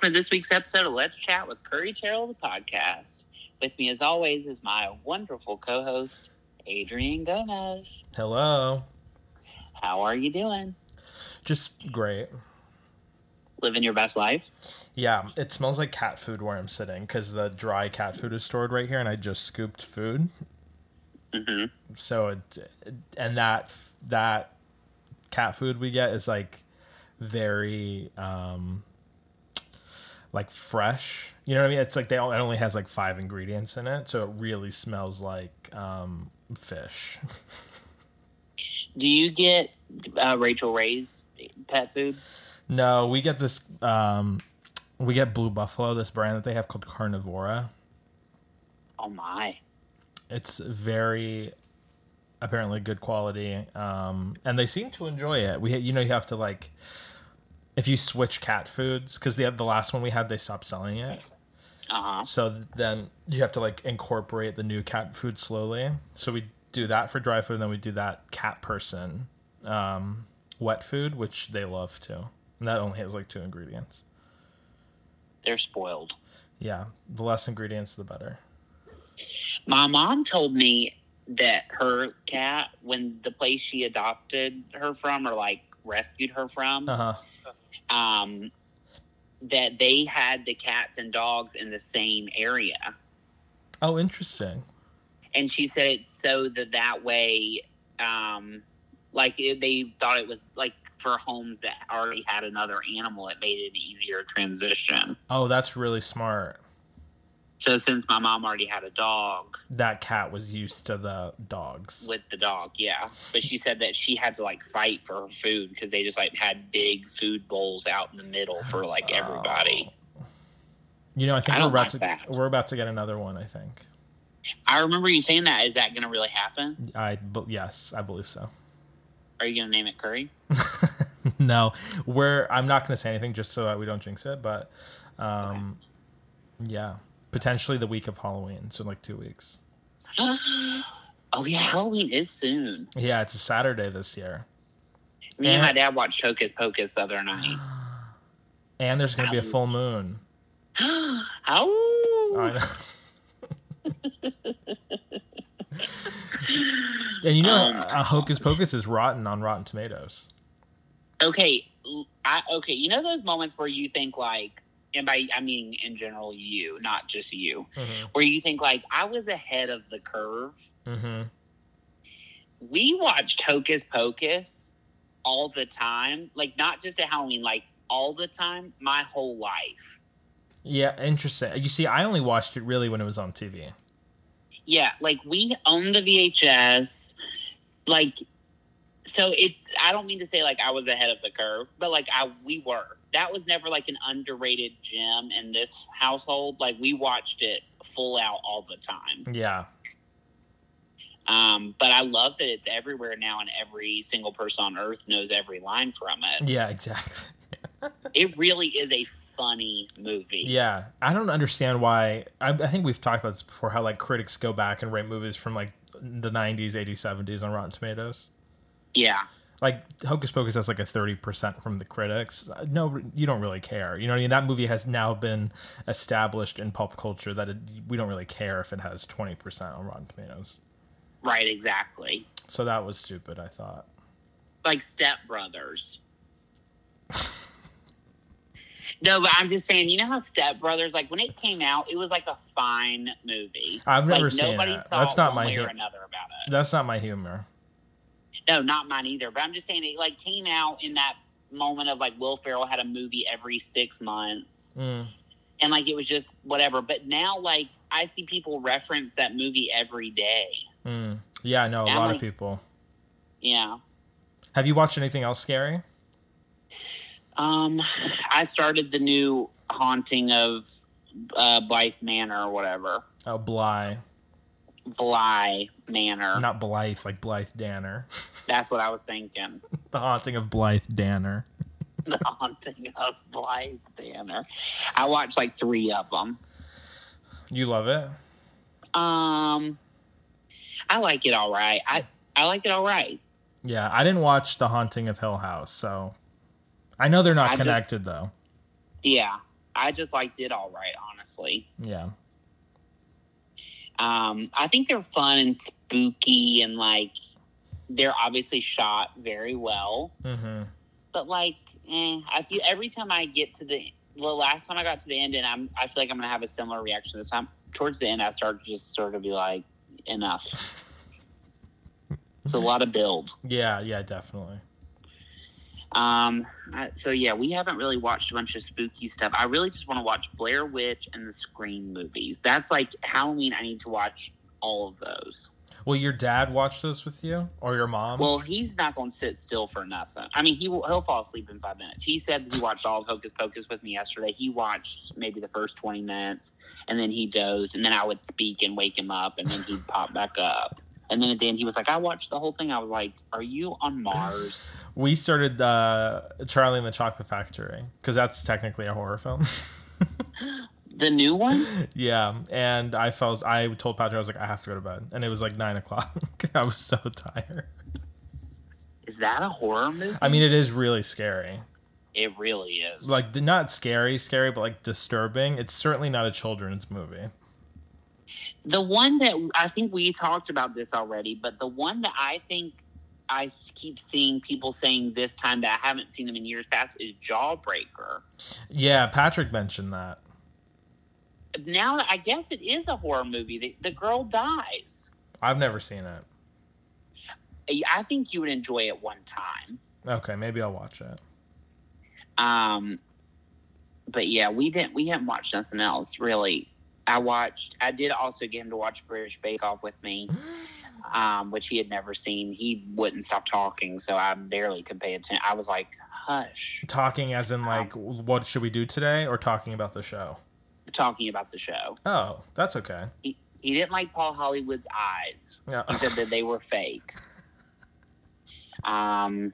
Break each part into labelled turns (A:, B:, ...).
A: for this week's episode of Let's Chat with Curry Terrell, the podcast. With me, as always, is my wonderful co host, Adrian Gomez.
B: Hello.
A: How are you doing?
B: Just great.
A: Living your best life?
B: Yeah, it smells like cat food where I'm sitting because the dry cat food is stored right here, and I just scooped food.
A: Mm-hmm.
B: So, it, and that that cat food we get is like very um like fresh. You know what I mean? It's like they all, it only has like five ingredients in it, so it really smells like um fish.
A: Do you get uh, Rachel Ray's pet food?
B: No, we get this. Um, we get Blue Buffalo, this brand that they have called Carnivora.
A: Oh, my.
B: It's very apparently good quality, um, and they seem to enjoy it. We, you know, you have to like if you switch cat foods because the the last one we had they stopped selling it.
A: Uh huh.
B: So then you have to like incorporate the new cat food slowly. So we do that for dry food, and then we do that cat person um, wet food, which they love too. And that only has like two ingredients.
A: They're spoiled.
B: Yeah, the less ingredients, the better.
A: My mom told me that her cat, when the place she adopted her from or like rescued her from,
B: Uh huh.
A: um, that they had the cats and dogs in the same area.
B: Oh, interesting.
A: And she said it's so that that way, um, like it, they thought it was like for homes that already had another animal, it made it an easier transition.
B: Oh, that's really smart.
A: So since my mom already had a dog
B: That cat was used to the dogs.
A: with the dog, yeah, but she said that she had to like fight for her food because they just like had big food bowls out in the middle for like everybody.
B: You know, I think
A: I
B: we're
A: don't
B: about to
A: like that.
B: we're about to get another one. I think.
A: I remember you saying that. Is that going to really happen?
B: I but yes, I believe so.
A: Are you going to name it Curry?
B: no, we're. I'm not going to say anything just so that we don't jinx it. But, um, yeah, potentially the week of Halloween, so in like two weeks.
A: oh yeah, Halloween is soon.
B: Yeah, it's a Saturday this year,
A: Me and
B: Yeah.
A: my dad watched Hocus Pocus the other night.
B: and there's going to be a
A: Ow.
B: full moon. I
A: Ow!
B: know. and you know,
A: Um,
B: uh, Hocus Pocus is rotten on Rotten Tomatoes.
A: Okay, l- I, okay. You know those moments where you think like, and by I mean in general, you, not just you,
B: Mm-hmm.
A: where you think like I was ahead of the curve.
B: hmm
A: We watched Hocus Pocus all the time, like not just at Halloween, like all the time, my whole life.
B: Yeah, interesting. You see, I only watched it really when it was on TV.
A: Yeah, like we own the VHS. Like, so it's, I don't mean to say like I was ahead of the curve, but like I, we were. That was never like an underrated gem in this household. Like we watched it full out all the time.
B: Yeah,
A: Um, but I love that it's everywhere now and every single person on earth knows every line from it.
B: yeah, exactly.
A: It really is a funny movie.
B: Yeah, I don't understand why. I, I think we've talked about this before. How like critics go back and rate movies from like the '90s, '80s, '70s on Rotten Tomatoes.
A: Yeah.
B: Like Hocus Pocus has like a thirty percent from the critics. No, you don't really care. You know, what I mean? that movie has now been established in pop culture that it, we don't really care if it has twenty percent on Rotten Tomatoes.
A: Right. Exactly.
B: So that was stupid. I thought.
A: like Step Brothers. no, but I'm just saying, you know how Step Brothers, like when it came out, it was like a fine movie.
B: I've never
A: like,
B: seen
A: nobody
B: that.
A: thought
B: That's not
A: one
B: my
A: way or
B: hit.
A: another about it.
B: That's not my humor.
A: No, not mine either. But I'm just saying, it like came out in that moment of like Will Ferrell had a movie every six months,
B: Mm.
A: and like it was just whatever. But now, like I see people reference that movie every day.
B: Mm. Yeah, I know a
A: Yeah,
B: lot
A: like-
B: of people.
A: Yeah.
B: Have you watched anything else scary?
A: Um, I started the new haunting of uh, Blythe Manor or whatever.
B: Oh, Bly.
A: Bly Manor.
B: Not Blythe, like Blythe Danner.
A: That's what I was thinking.
B: The Haunting of Blythe Danner.
A: the haunting of Blythe Manor. I watched like three of them.
B: You love it?
A: Um, I like it all right. I I like it all right.
B: Yeah, I didn't watch The Haunting of Hill House, so I know they're not
A: I just-
B: connected though.
A: Yeah, I just like did all right, honestly.
B: Yeah.
A: Um, I think they're fun and spooky and like they're obviously shot very well.
B: Mm-hmm.
A: But like, eh, I feel every time I get to the the last time I got to the end, and I'm I feel like I'm gonna have a similar reaction this time. Towards the end, I started to just sort of be like, enough. it's a lot of build.
B: Yeah. Yeah. Definitely.
A: Um, I- so yeah, we haven't really watched a bunch of spooky stuff. I really just want to watch Blair Witch and the Scream movies. That's like Halloween. I need to watch all of those.
B: Will your dad watch this with you or your mom?
A: Well, he's not going to sit still for nothing. I mean, he will, he'll fall asleep in five minutes. He said he watched all of Hocus Pocus with me yesterday. He watched maybe the first twenty minutes, and then he dozed. And then I would speak and wake him up, and then he'd pop back up. And then at the end, he was like, "I watched the whole thing." I was like, "Are you on Mars?"
B: we started uh, Charlie and the Chocolate Factory because that's technically a horror film.
A: The new one?
B: yeah, and I felt I told Patrick I was like I have to go to bed, and it was like nine o'clock. I was so tired.
A: Is that a horror movie?
B: I mean, it is really scary.
A: it really is.
B: Like d- not scary, scary, but like disturbing. It's certainly not a children's movie.
A: the one that I think we talked about this already, but the one that I think I s- keep seeing people saying this time that I haven't seen them in years past is Jawbreaker.
B: Yeah, Patrick mentioned that.
A: Now I guess it is a horror movie. The, the girl dies.
B: I've never seen it.
A: I I think you would enjoy it one time.
B: Okay, maybe I'll watch it.
A: Um, but yeah, we didn't. We haven't watched nothing else really. I watched. I did also get him to watch British Bake Off with me. um, which he had never seen. He wouldn't stop talking, so I barely could pay attention. I was like, hush,
B: Talking as in like what should we do today, or talking about the show.
A: talking about the show.
B: Oh, that's okay.
A: He, he didn't like Paul Hollywood's eyes.
B: Yeah.
A: He said that they were fake. Um,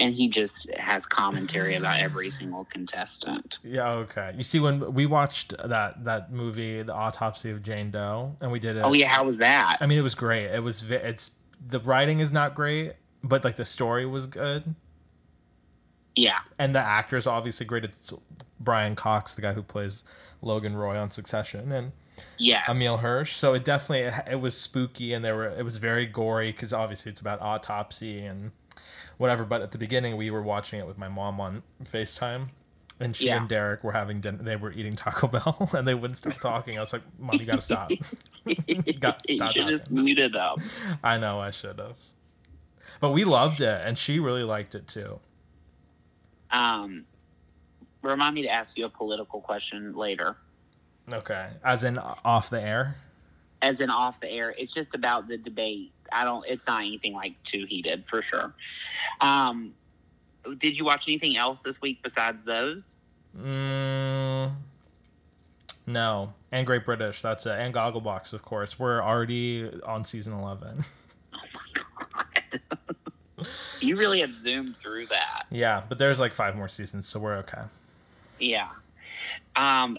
A: and he just has commentary about every single contestant.
B: Yeah, okay. You see, when we watched that that movie, The Autopsy of Jane Doe, and we did it.
A: Oh yeah, how was that?
B: I mean, it was great. It was. ve- It's the writing is not great, but like the story was good,
A: Yeah,
B: and the actors obviously great. It's Brian Cox, the guy who plays Logan Roy on Succession, and
A: yes.
B: Emil Hirsch. So it definitely it, it was spooky, and there were it was very gory because obviously it's about autopsy and whatever. But at the beginning, we were watching it with my mom on Facetime, and she
A: Yeah.
B: and Derek were having dinner. They were eating Taco Bell, and they wouldn't stop talking. I was like, "Mom, you gotta stop." Got-
A: you
B: stop
A: should just
B: talking.
A: muted up.
B: I know I should have, but we loved it, and she really liked it too.
A: Um, remind me to ask you a political question later.
B: Okay, as in off the air.
A: as in off the air. It's just about the debate. I don't. It's not anything like too heated for sure. Um, did you watch anything else this week besides those?
B: Mm, no, and Great British. That's it, and Gogglebox, of course. We're already on season eleven.
A: You really have zoomed through that.
B: Yeah, but there's like five more seasons, so we're okay.
A: Yeah. Um,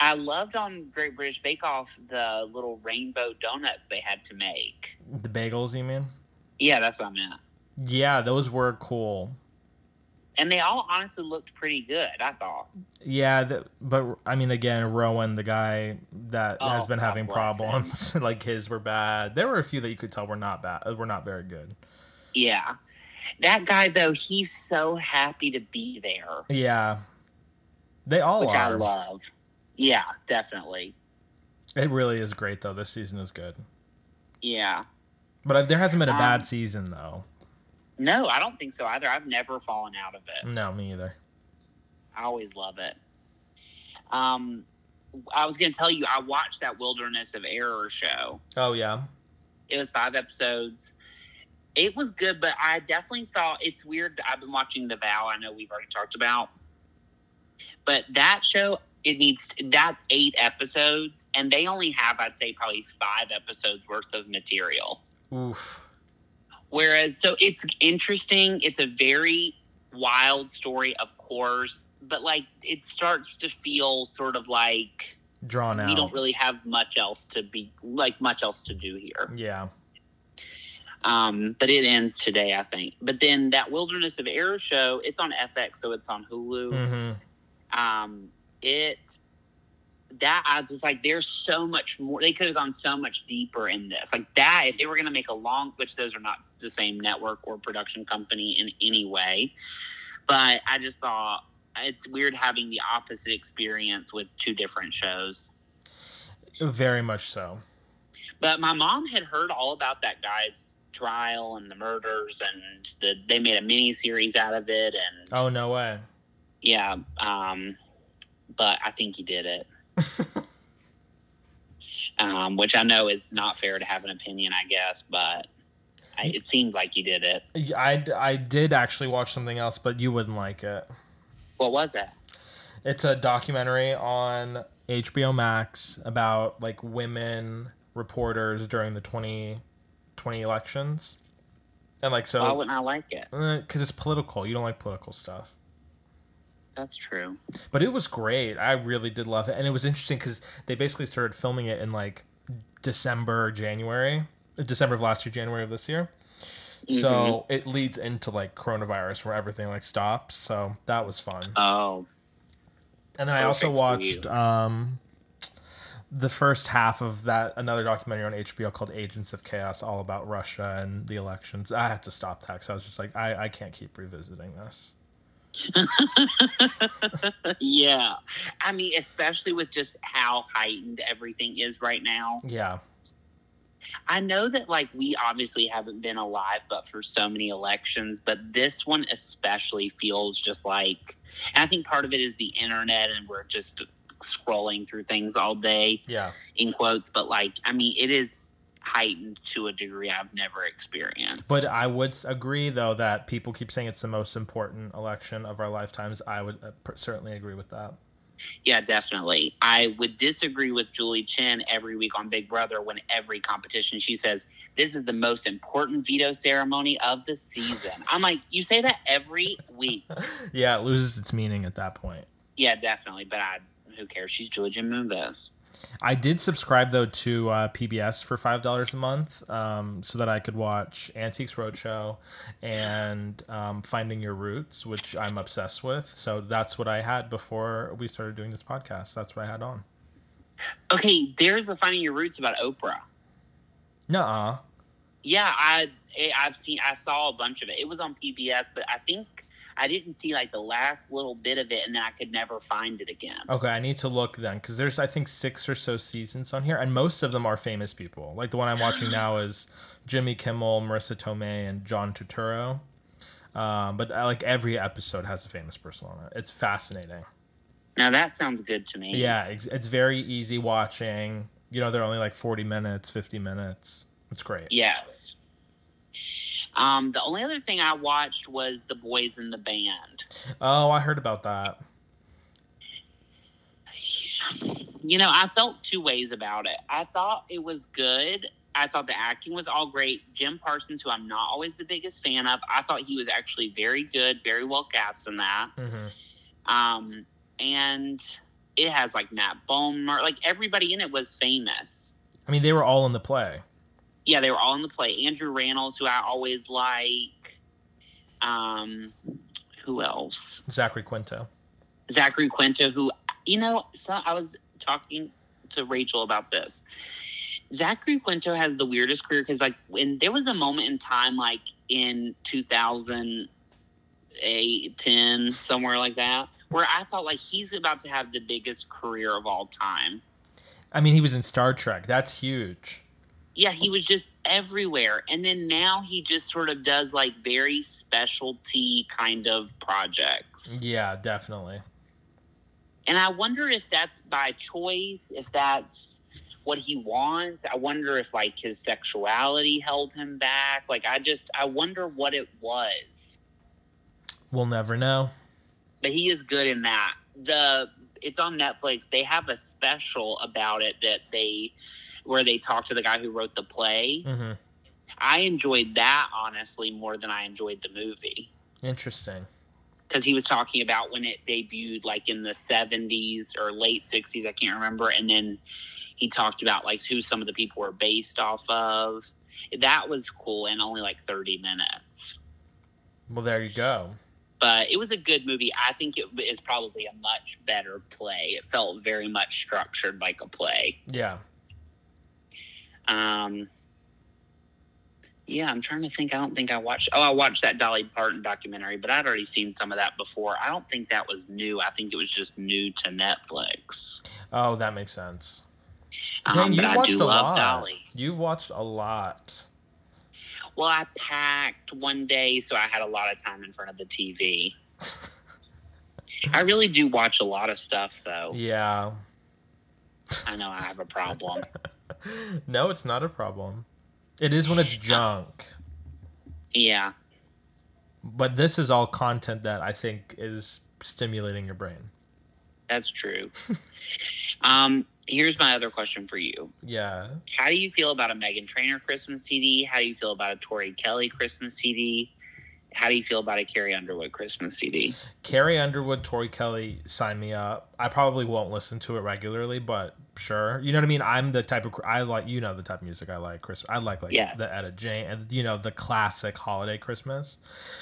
A: I loved on Great British Bake Off the little rainbow donuts they had to make.
B: The bagels, you mean?
A: Yeah, that's what I meant.
B: Yeah, those were cool.
A: And they all honestly looked pretty good. I thought.
B: Yeah, th but I mean, again, Rowan, the guy that
A: Oh,
B: has been
A: God
B: having
A: bless him.
B: problems, like his were bad. There were a few that you could tell were not bad, were not very good.
A: Yeah. That guy though, he's so happy to be there.
B: Yeah, they all
A: which Oh, I
B: are.
A: love. Yeah, definitely.
B: It really is great though. This season is good,
A: Yeah.
B: but I, there hasn't been a
A: Um,
B: bad season though.
A: No, I don't think so either. I've never fallen out of it.
B: No, me either.
A: I always love it. Um, I was going to tell you, I watched that Wilderness of Error show.
B: Oh yeah,
A: It was five episodes. It was good, but I definitely thought it's weird. I've been watching The Vow. I know we've already talked about, but that show it needs that's eight episodes, and they only have I'd say probably five episodes worth of material.
B: oof.
A: Whereas, so it's interesting. It's a very wild story, of course, but like it starts to feel sort of like
B: Drawn out.
A: we don't really have much else to be like much else to do here.
B: yeah,
A: Um, but it ends today, I think. But
B: Mm-hmm.
A: then that Wilderness of Error show, it's on FX, so it's on Hulu.
B: hmm
A: Um, it that I was like, there's so much more. They could have gone so much deeper in this. Like that, if they were going to make a long, which those are not the same network or production company in any way, but I just thought it's weird having the opposite experience with two different shows.
B: Very much so.
A: But my mom had heard all about that guy's trial and the murders, and the, they made a mini series out of it. And
B: oh no way!
A: Yeah, um, but I think he did it. um, which I know is not fair to have an opinion, I guess, but I, it seemed like you did it.
B: I, I did actually watch something else, but you wouldn't like it.
A: What was it?
B: It's a documentary on HBO Max about like women reporters during the 2020 elections. And like so,
A: Why wouldn't I like it?
B: because it's political. You don't like political stuff.
A: That's true.
B: but it was great i really did love it and it was interesting because they basically started filming it in like december january uh, december of last year january of this year so
A: Mm-hmm.
B: it leads into like coronavirus where everything like stops so that was fun
A: Oh,
B: and then i also
A: Perfect
B: watched
A: for
B: um the first half of that another documentary on hbo called agents of chaos all about russia and the elections i had to stop that because i was just like I, I can't keep revisiting this
A: yeah. I mean, especially with just how heightened everything is right now.
B: yeah
A: I know that, like, we obviously haven't been alive but for so many elections, but this one especially feels just like. And I think part of it is the internet and we're just scrolling through things all day.
B: yeah
A: in quotes, but like, I mean, it is heightened to a degree I've never experienced.
B: But I would s- agree, though, that people keep saying it's the most important election of our lifetimes. I would uh, per- certainly agree with that.
A: yeah, definitely. I would disagree with Julie Chen every week on Big Brother when every competition she says, This is the most important veto ceremony of the season. I'm like, You say that every week.
B: Yeah, it loses its meaning at that point.
A: Yeah, definitely. But I, who cares? She's Julie Chen Moonves.
B: I did subscribe, though, to uh, PBS for $5 a month um, so that I could watch Antiques Roadshow and um, Finding Your Roots, which I'm obsessed with. So that's what I had before we started doing this podcast. That's what I had on.
A: Okay, there's a Finding Your Roots about Oprah.
B: Nuh uh.
A: Yeah, I I- I've seen I saw a bunch of it. It was on PBS, but I think I didn't see like the last little bit of it, and then I could never find it again.
B: Okay, I need to look then because there's I think six or so seasons on here, and most of them are famous people. Like the one I'm watching now is Jimmy Kimmel, Marissa Tomei, and John Turturro. Um, but I, like every episode has a famous person on it. It's fascinating.
A: Now that sounds good to me.
B: Yeah, it's, it's very easy watching. You know, they're only like 40 minutes, 50 minutes. It's great.
A: Yes. Um, the only other thing I watched was The Boys in the Band.
B: Oh, I heard about that.
A: You know, I felt two ways about it. I thought it was good. I thought the acting was all great. Jim Parsons, who I'm not always the biggest fan of, I thought he was actually very good, very well cast in that.
B: hmm
A: um, and it has like Matt Bomer, like everybody in it was famous.
B: I mean, they were all in the play.
A: Yeah, they were all in the play. Andrew Rannells, who I always like. Um, who else?
B: Zachary Quinto.
A: Zachary Quinto, who you know, so I was talking to Rachel about this. Zachary Quinto has the weirdest career because, like, when there was a moment in time, like in 2008, 10, somewhere like that, where I thought like he's about to have the biggest career of all time.
B: I mean, he was in Star Trek. That's huge.
A: Yeah, he was just everywhere, and then now he just sort of does like very specialty kind of projects.
B: Yeah, definitely.
A: And I wonder if that's by choice, if that's what he wants. I wonder if like his sexuality held him back. Like I just I wonder what it was.
B: We'll never know.
A: But he is good in that. The it's on Netflix. They have a special about it that they where they talk to the guy who wrote the play.
B: hmm
A: I enjoyed that honestly more than I enjoyed the movie.
B: Interesting.
A: because he was talking about when it debuted like in the 70s or late 60s i can't remember and then he talked about like who some of the people were based off of that was cool and only like 30 minutes
B: Well, there you go.
A: but it was a good movie. I think it is probably a much better play. It felt very much structured like a play.
B: Yeah.
A: Um, yeah, I'm trying to think. I don't think I watched. Oh, I watched that Dolly Parton documentary, but I'd already seen some of that before. I don't think that was new. I think it was just new to Netflix.
B: Oh, that makes sense.
A: Um,
B: Dang, you
A: but I
B: watched
A: do
B: a lot.
A: love Dolly.
B: You've watched a lot.
A: Well, I packed one day, so I had a lot of time in front of the TV. I really do watch a lot of stuff, though.
B: Yeah.
A: I know I have a problem.
B: No, it's not a problem. It is when it's junk.
A: yeah.
B: But this is all content that I think is stimulating your brain.
A: That's true. um, here's my other question for you.
B: Yeah.
A: How do you feel about a Megan Trainor Christmas CD? How do you feel about a Tori Kelly Christmas CD? How do you feel about a Carrie Underwood Christmas CD?
B: Carrie Underwood, Tori Kelly, sign me up. I probably won't listen to it regularly, but sure. You know what I mean? I'm the type of I like you know the type of music I like. Chris, I like like
A: Yes.
B: the Etta Jane and you know the classic holiday Christmas.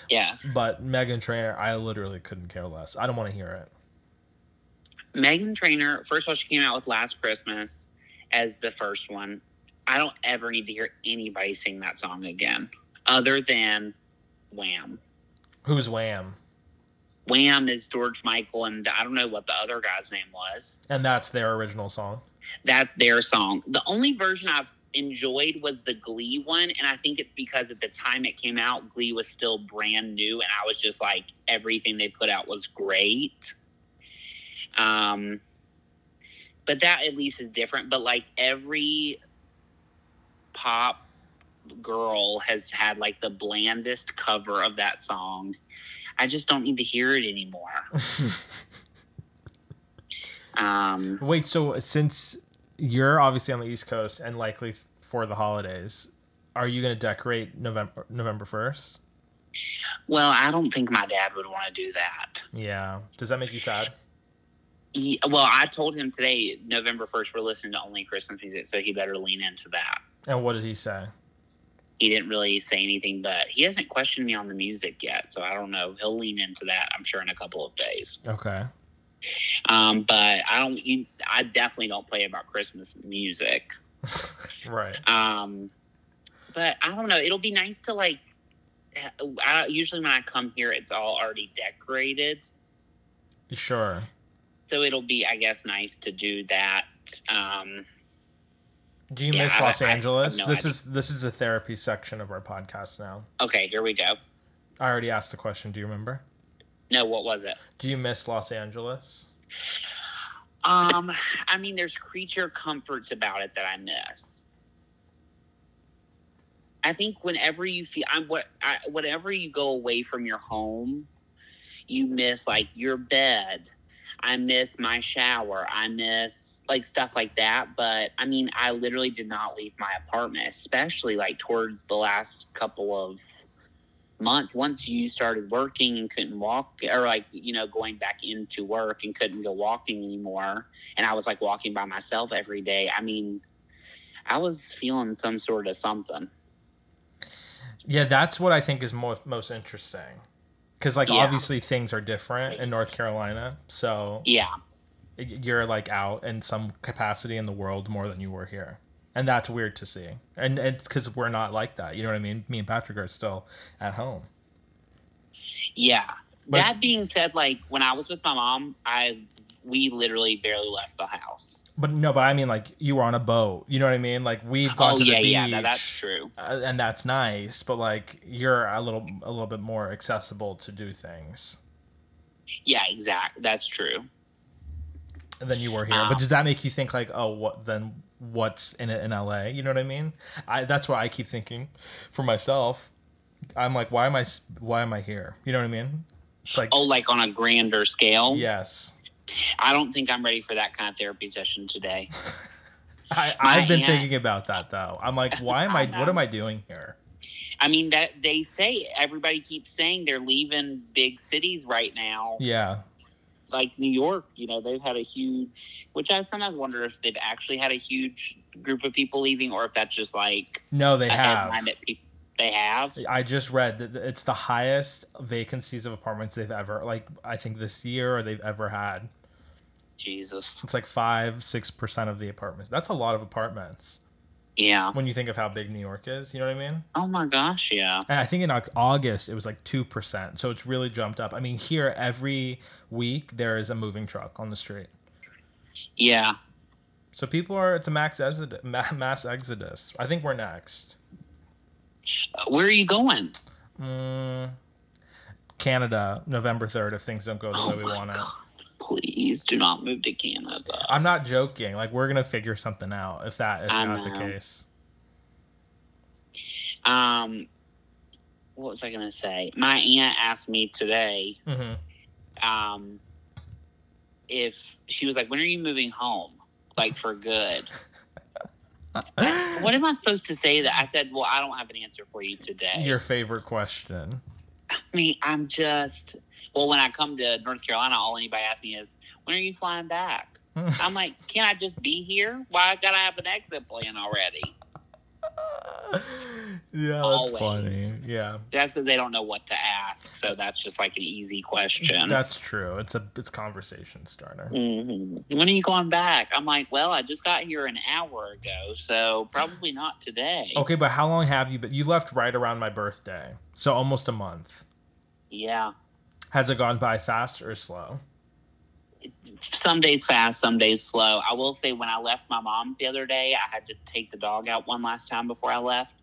A: Yes.
B: But Megan Trainor, I literally couldn't care less. I don't want to hear it.
A: Megan Trainor, first of all, she came out with Last Christmas as the first one. I don't ever need to hear anybody sing that song again, other than Wham.
B: Who's Wham?
A: Wham is George Michael, and I don't know what the other guy's name was.
B: And that's their original song.
A: that's their song. The only version I've enjoyed was the Glee one, and I think it's because at the time it came out, Glee was still brand new, and I was just like, everything they put out was great. Um, but that at least is different. But like every pop girl has had like the blandest cover of that song. I just don't need to hear it anymore. um,
B: Wait, so since you're obviously on the East Coast and likely for the holidays, are you going to decorate November November 1st?
A: Well, I don't think my dad would want to do that.
B: Yeah. Does that make you sad?
A: He, well, I told him today, November 1st, we're listening to only Christmas music, so he better lean into that.
B: And what did he say?
A: He didn't really say anything, but he hasn't questioned me on the music yet, so I don't know. He'll lean into that, I'm sure, in a couple of days.
B: Okay.
A: Um, but I don't, you, I definitely don't play about Christmas music.
B: Right.
A: Um, but I don't know. It'll be nice to like. uh, I, usually, when I come here, it's all already decorated.
B: Sure.
A: so it'll be i guess nice to do that um
B: Do you
A: Yeah,
B: miss
A: I-
B: Los
A: I- I have
B: Angeles?
A: no
B: this
A: idea.
B: is this is the therapy section of our podcast now.
A: okay here we go
B: I already asked the question. Do you remember?
A: no what was it
B: Do you miss Los Angeles?
A: um i mean there's creature comforts about it that i miss i think whenever you feel i'm what I, whenever you go away from your home you miss like your bed i miss my shower i miss like stuff like that but i mean i literally did not leave my apartment especially like towards the last couple of months once you started working and couldn't walk or like you know going back into work and couldn't go walking anymore and i was like walking by myself every day i mean i was feeling some sort of something
B: Yeah, that's what I think is most most interesting. Cuz like
A: Yeah.
B: obviously things are different in North Carolina. So
A: yeah
B: y- you're like out in some capacity in the world more than you were here. And that's weird to see. And it's because we're not like that. You know what I mean? Me and Patrick are still at home.
A: yeah
B: But
A: that
B: it's-
A: being said like when i was with my mom i we literally barely left the house
B: But no, but I mean, like, you were on a boat. You know what I mean? Like, we've gone
A: oh
B: to the
A: yeah
B: beach.
A: yeah that, that's true
B: uh, and that's nice but like you're a little a little bit more accessible to do things
A: yeah exact that's true
B: than you were here
A: Um,
B: but does that make you think like oh what then what's in it in la you know what i mean i that's what i keep thinking for myself i'm like why am i s- why am i here you know what i mean it's like
A: oh like on a grander scale
B: yes
A: i don't think i'm ready for that kind of therapy session today
B: I,
A: My
B: i've been
A: aunt-
B: thinking about that though i'm like why am i
A: I know.
B: what am i doing here
A: I mean that they say everybody keeps saying they're leaving big cities right now,
B: yeah
A: like New York. You know, they've had a huge, which I sometimes wonder if they've actually had a huge group of people leaving, or if that's just like
B: no they
A: a
B: have
A: headline that people. They have.
B: I just read that it's the highest vacancies of apartments they've ever like I think this year or they've ever had.
A: Jesus.
B: It's like five, six percent of the apartments. That's a lot of apartments
A: Yeah.
B: when you think of how big New York is. You know what I mean?
A: Oh my gosh. Yeah.
B: And I think in Au- August it was like two percent, so it's really jumped up. I mean, here every week there is a moving truck on the street,
A: Yeah.
B: so people are it's a max exodus, mass exodus. I think we're next.
A: Uh, Where are you going?
B: Mm, Canada, November third, if things don't go the
A: Oh
B: way we
A: my
B: want it.
A: God. Please do not move to Canada.
B: I'm not joking. Like we're gonna figure something out if that is
A: I
B: not the
A: know.
B: case.
A: Um, what was I gonna say? My aunt asked me today.
B: hmm
A: Um, if she was like, "When are you moving home? Like for good?"
B: Mm-hmm.
A: what am I supposed to say? That I said, "Well, I don't have an answer for you today."
B: Your favorite question.
A: I mean, I'm just. Well, when I come to North Carolina, all anybody asks me is, "When are you flying back?" I'm like, "Can I just be here? Why gotta have an exit plan already?"
B: yeah, that's
A: Always.
B: funny. Yeah.
A: That's because they don't know what to ask. So that's just like an easy question.
B: That's true. It's a it's conversation starter.
A: Mhm. When are you going back? I'm like, well, I just got here an hour ago, so probably not today.
B: Okay, but how long have you been? You left right around my birthday, so almost a month.
A: Yeah.
B: Has it gone by fast or slow?
A: Some days fast, some days slow. I will say, when I left my mom's the other day, I had to take the dog out one last time before I left.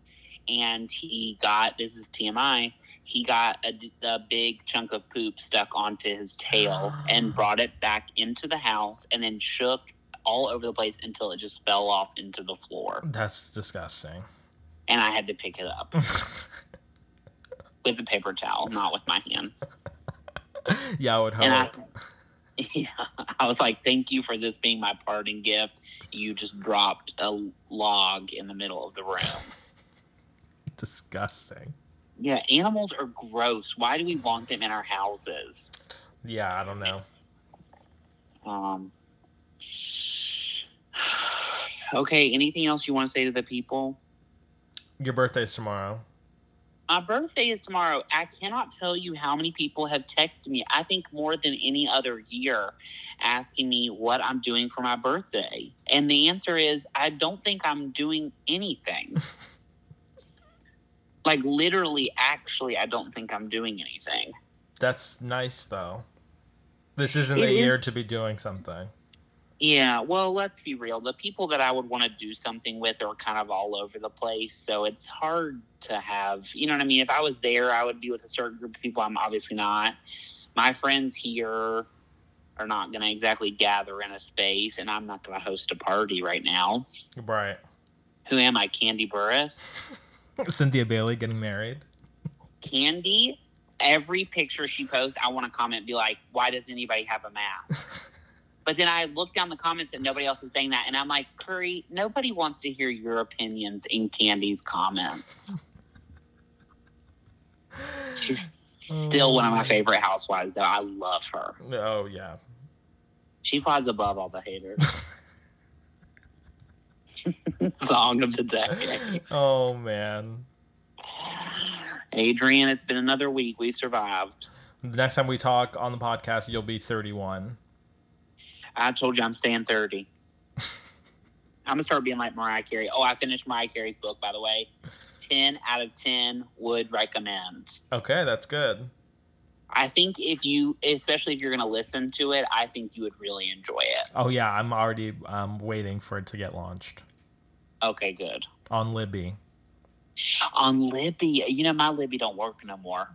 A: And he got this is TMI. He got a, d- a big chunk of poop stuck onto his tail and brought it back into the house and then shook all over the place until it just fell off into the floor.
B: That's disgusting.
A: And I had to pick it up. with a paper towel, not with my hands.
B: yeah, I would
A: And I,
B: hope.
A: yeah, I was like, "Thank you for this being my parting gift." You just dropped a log in the middle of the room.
B: Disgusting.
A: yeah, animals are gross. Why do we want them in our houses?
B: Yeah, I don't know.
A: Um, okay, anything else you want to say to the people?
B: Your birthday's tomorrow.
A: My birthday is tomorrow. I cannot tell you how many people have texted me, I think more than any other year, asking me what I'm doing for my birthday. And the answer is, I don't think I'm doing anything. like, literally, actually, I don't think I'm doing anything.
B: That's nice though. This isn't
A: It
B: the year
A: is-
B: to be doing something.
A: Yeah, well, let's be real. The people that I would want to do something with are kind of all over the place. So it's hard to have, you know what I mean? If I was there, I would be with a certain group of people. I'm obviously not. My friends here are not going to exactly gather in a space, and I'm not going to host a party right now.
B: Right.
A: Who am I? Candy Burris?
B: Cynthia Bailey getting married.
A: Candy, every picture she posts, I want to comment, be like, why does anybody have a mask? but then I look down the comments and nobody else is saying that. And I'm like, Curry, nobody wants to hear your opinions in Candy's comments. She's still one of my favorite housewives, though. I love her.
B: Oh yeah.
A: She flies above all the haters. Song of the decade.
B: Oh man.
A: Adrian, it's been another week. We survived.
B: The next time we talk on the podcast, you'll be 31.
A: I told you I'm staying 30. I'm going to start being like Mariah Carey. Oh, I finished Mariah Carey's book, by the way. 10 out of 10 would recommend.
B: Okay, that's good.
A: I think if you, especially if you're going to listen to it, I think you would really enjoy it.
B: Oh yeah, I'm already um, waiting for it to get launched
A: Okay, good.
B: on Libby.
A: On Libby, you know, my Libby don't work no more.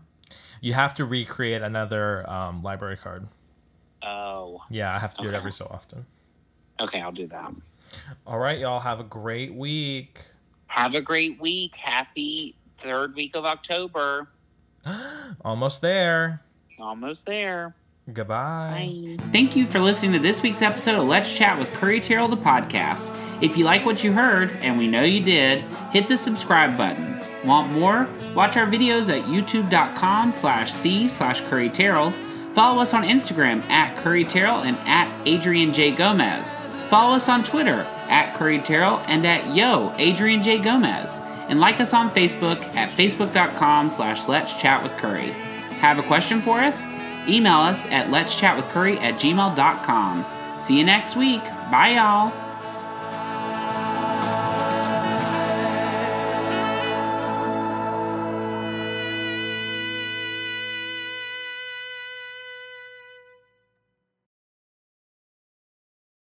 B: You have to recreate another um, library card.
A: Oh,
B: Yeah, I have to do
A: Okay.
B: it every so often.
A: okay, I'll do that.
B: All right, y'all have a great week.
A: Have a great week. Happy third week of October.
B: Almost there.
A: Almost there.
B: Goodbye.
A: Bye.
C: Thank you for listening to this week's episode of Let's Chat with Curry Terrell, the podcast. If you like what you heard, and we know you did, hit the subscribe button. Want more? Watch our videos at youtube.com slash C slash Curry Terrell. Follow us on Instagram at Curry Terrell and at Adrian J. Gomez. Follow us on Twitter at Curry Terrell and at Yo Adrian J. Gomez. and like us on Facebook at facebook.com slash let's chat with Curry. Have a question for us? Email us at let's chat with Curry at gmail.com. See you next week. Bye, y'all.